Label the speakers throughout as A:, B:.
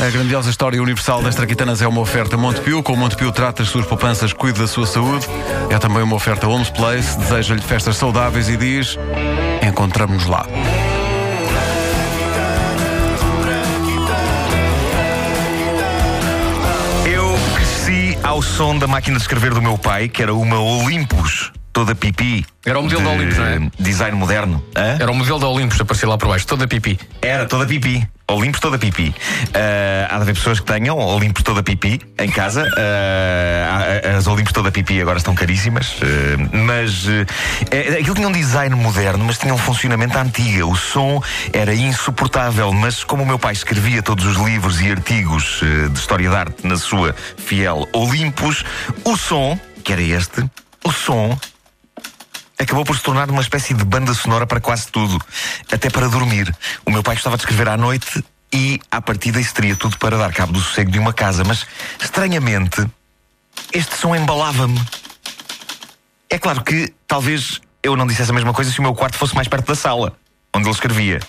A: A grandiosa história universal das traquitanas é uma oferta Montepio. Com o Montepio trata as suas poupanças, cuida da sua saúde. É também uma oferta Homes Place. Deseja-lhe festas saudáveis e diz: encontramos-nos lá.
B: Eu cresci ao som da máquina de escrever do meu pai, que era uma Olympus, toda pipi.
C: Era o modelo
B: de
C: da Olympus, não é?
B: Design moderno. Hã?
C: Era o modelo da Olympus a aparecer lá por baixo, toda pipi.
B: Era toda pipi. Olympus toda pipi. Ah, há de haver pessoas que tenham Olympus toda pipi em casa. Ah, há- as Olympus toda pipi agora estão caríssimas. Ah, mas ah, é- aquilo tinha um design moderno, mas tinha um funcionamento à antiga. O som era insuportável, mas como o meu pai escrevia todos os livros e artigos ah, de história de arte na sua fiel Olympus, o som, que era este, o som acabou por se tornar uma espécie de banda sonora para quase tudo, até para dormir. O meu pai gostava de escrever à noite e, à partida, isso teria tudo para dar cabo do sossego de uma casa, mas, estranhamente, este som embalava-me. É claro que talvez eu não dissesse a mesma coisa se o meu quarto fosse mais perto da sala, onde ele escrevia.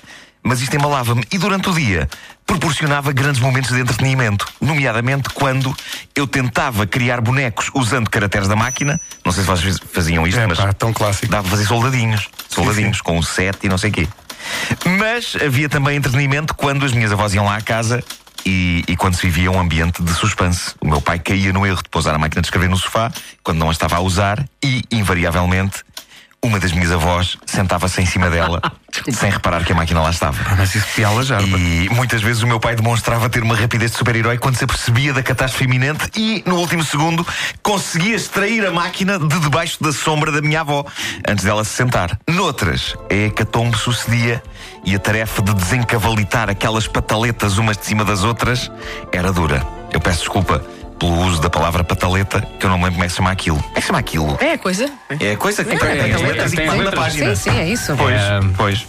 B: Mas isto embalava-me e durante o dia proporcionava grandes momentos de entretenimento, nomeadamente quando eu tentava criar bonecos usando caracteres da máquina. Não sei se vocês faziam isto, mas
A: É tão clássico.
B: Dá para fazer soldadinhos. Soldadinhos com um set e não sei o quê. Mas havia também entretenimento quando as minhas avós iam lá à casa e, e quando se vivia um ambiente de suspense. O meu pai caía no erro de pousar a máquina de escrever no sofá quando não a estava a usar e, invariavelmente, uma das minhas avós sentava-se em cima dela sem reparar que a máquina lá estava.
A: Ah, Mas isso piala já. é?
B: E muitas vezes o meu pai demonstrava ter uma rapidez de super-herói quando se apercebia da catástrofe iminente e, no último segundo, conseguia extrair a máquina de debaixo da sombra da minha avó, antes dela se sentar. Noutras, a hecatombe sucedia e a tarefa de desencavalitar aquelas pataletas umas de cima das outras era dura. Eu peço desculpa pelo uso da palavra pataleta, que eu não me lembro como é que se chama aquilo. Como é que se chama aquilo?
D: É a coisa?
B: É a coisa que tem, tem as
C: tem
B: letras e que
C: tem
B: põe na
C: letras.
B: página.
D: Sim, sim, é isso.
B: Pois,
C: É.
B: pois.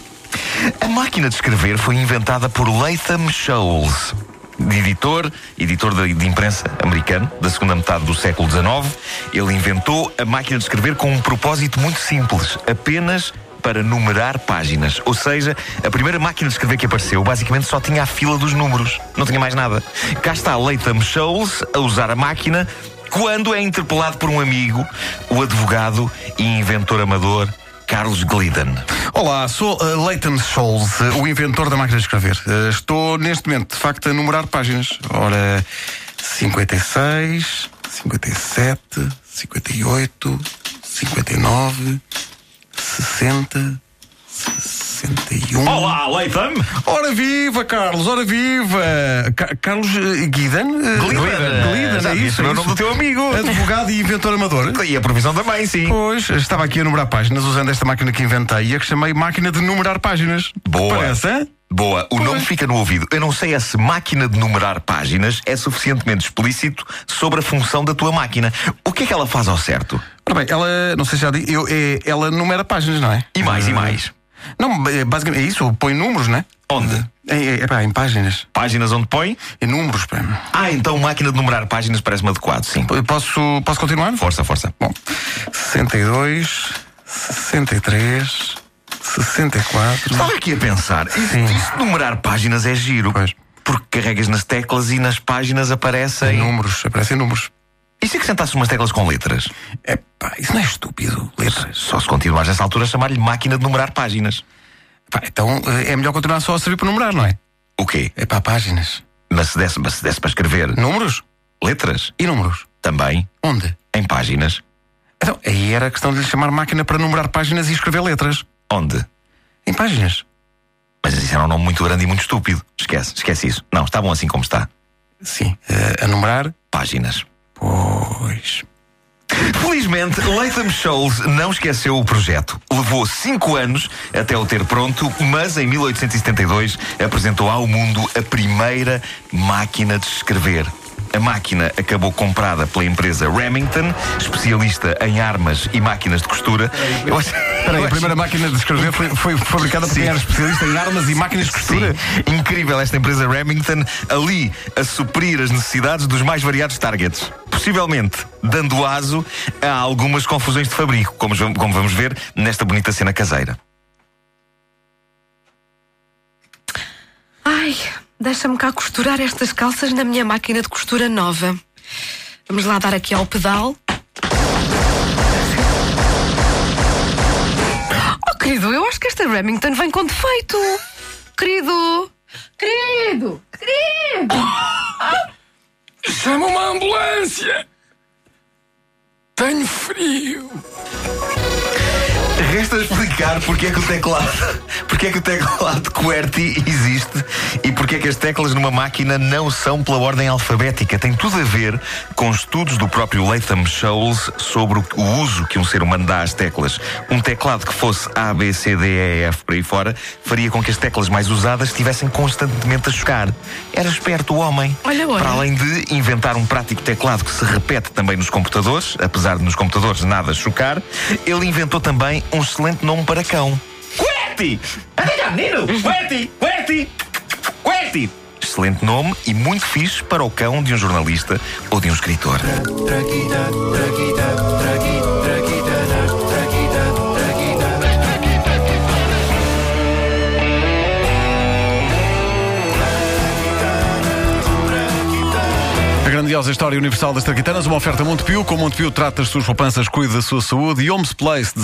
B: A máquina de escrever foi inventada por Latham Scholes, editor, editor de, de imprensa americano da segunda metade do século XIX. Ele inventou a máquina de escrever com um propósito muito simples, apenas para numerar páginas. Ou seja, a primeira máquina de escrever que apareceu basicamente só tinha a fila dos números, não tinha mais nada. Cá está Latham Scholes a usar a máquina quando é interpelado por um amigo, o advogado e inventor amador Carlos Glidden.
A: Olá, sou uh, Leighton Scholes, eh, o inventor da máquina de escrever. Eh, estou neste momento, de facto, a numerar páginas. Ora, 56, 57, 58, 59, 60, 61.
B: Olá, Leitam!
A: Ora viva, Carlos, ora viva! Ca- Carlos eh, Guidan? eh, Glidden, é isso?
B: é
A: é
B: o nome do
A: isso.
B: teu amigo.
A: Advogado e inventor amador.
B: E a provisão também, sim.
A: Pois, estava aqui a numerar páginas usando esta máquina que inventei e a que chamei máquina de numerar páginas.
B: Boa.
A: Parece, hã?
B: Boa, o
A: Pois.
B: nome fica no ouvido. Eu não sei é se máquina de numerar páginas é suficientemente explícito sobre a função da tua máquina. O que é que ela faz ao certo?
A: Ora bem, ela, não sei se já disse, eu, é- ela numera páginas, não é?
B: E mais, e mais.
A: Não, é basicamente é isso, põe números, não é?
B: Onde?
A: É, é, é pá, em páginas.
B: Páginas onde põe?
A: Em números, pá.
B: Ah, então máquina de numerar páginas parece-me adequado, sim.
A: Eu Posso, posso continuar?
B: Força, força.
A: Bom, 62, 63, 64.
B: Estava aqui a pensar, isso, isso de numerar páginas é giro.
A: Pois.
B: Porque carregas nas teclas e nas páginas
A: Em
B: aparecem.
A: números, aparecem números.
B: E se acrescentasse umas teclas com letras?
A: É pá, isso não é estúpido, letras.
B: Só se continuares nessa altura a chamar-lhe máquina de numerar páginas.
A: Pá, então eh, é melhor continuar só a servir para numerar, não é?
B: O quê?
A: É pá, páginas.
B: Mas se desse, mas se desse para escrever
A: Números
B: letras,
A: e números.
B: também,
A: Onde?
B: em páginas,
A: Então, aí era questão de lhe chamar máquina para numerar páginas e escrever letras.
B: onde?
A: Em páginas.
B: Mas isso era um nome muito grande e muito estúpido. Esquece, esquece isso. Não, está bom assim como está.
A: Sim. eh, a numerar?
B: Páginas.
A: Pois.
B: Felizmente, Latham Scholes não esqueceu o projeto. Levou cinco anos até o ter pronto, mas em 1872 apresentou ao mundo a primeira máquina de escrever. A máquina acabou comprada pela empresa Remington, especialista em armas e máquinas de costura. Eu acho...
A: Peraí,
B: eu
A: a
B: acho-
A: primeira máquina de escrever foi, foi fabricada por
B: Sim.
A: quem era especialista em armas e máquinas de costura.
B: Sim, incrível esta empresa Remington ali a suprir as necessidades dos mais variados targets. Possivelmente dando aso a algumas confusões de fabrico, como, jo- como vamos ver nesta bonita cena caseira.
D: Ai, Deixa-me cá costurar estas calças na minha máquina de costura nova. Vamos lá dar aqui ao pedal. Oh, querido, eu acho que esta Remington vem com defeito. Querido! Querido! Querido!
E: Chama uma ambulância! Tenho frio!
B: Resta explicar porque é que o teclado, porque é que o teclado QWERTY existe e porque é que as teclas numa máquina não são pela ordem alfabética. Tem tudo a ver com estudos do próprio Latham Scholes sobre o o uso que um ser humano dá às teclas. Um teclado que fosse A, B, C, D, E, F por aí fora faria com que as teclas mais usadas estivessem constantemente a chocar. Era esperto o homem.
D: Olha, olha.
B: Para além de inventar um prático teclado que se repete também nos computadores, apesar de nos computadores nada chocar, ele inventou também um excelente nome para cão. Uhum. Querti! Anda cá, menino! Querti! Querti! Querti! Excelente nome e muito fixe para o cão de um jornalista ou de um escritor.
A: A grandiosa história universal das traquitanas, uma oferta Montepio. Com Montepio trata as suas poupanças, cuida da sua saúde e Homes Place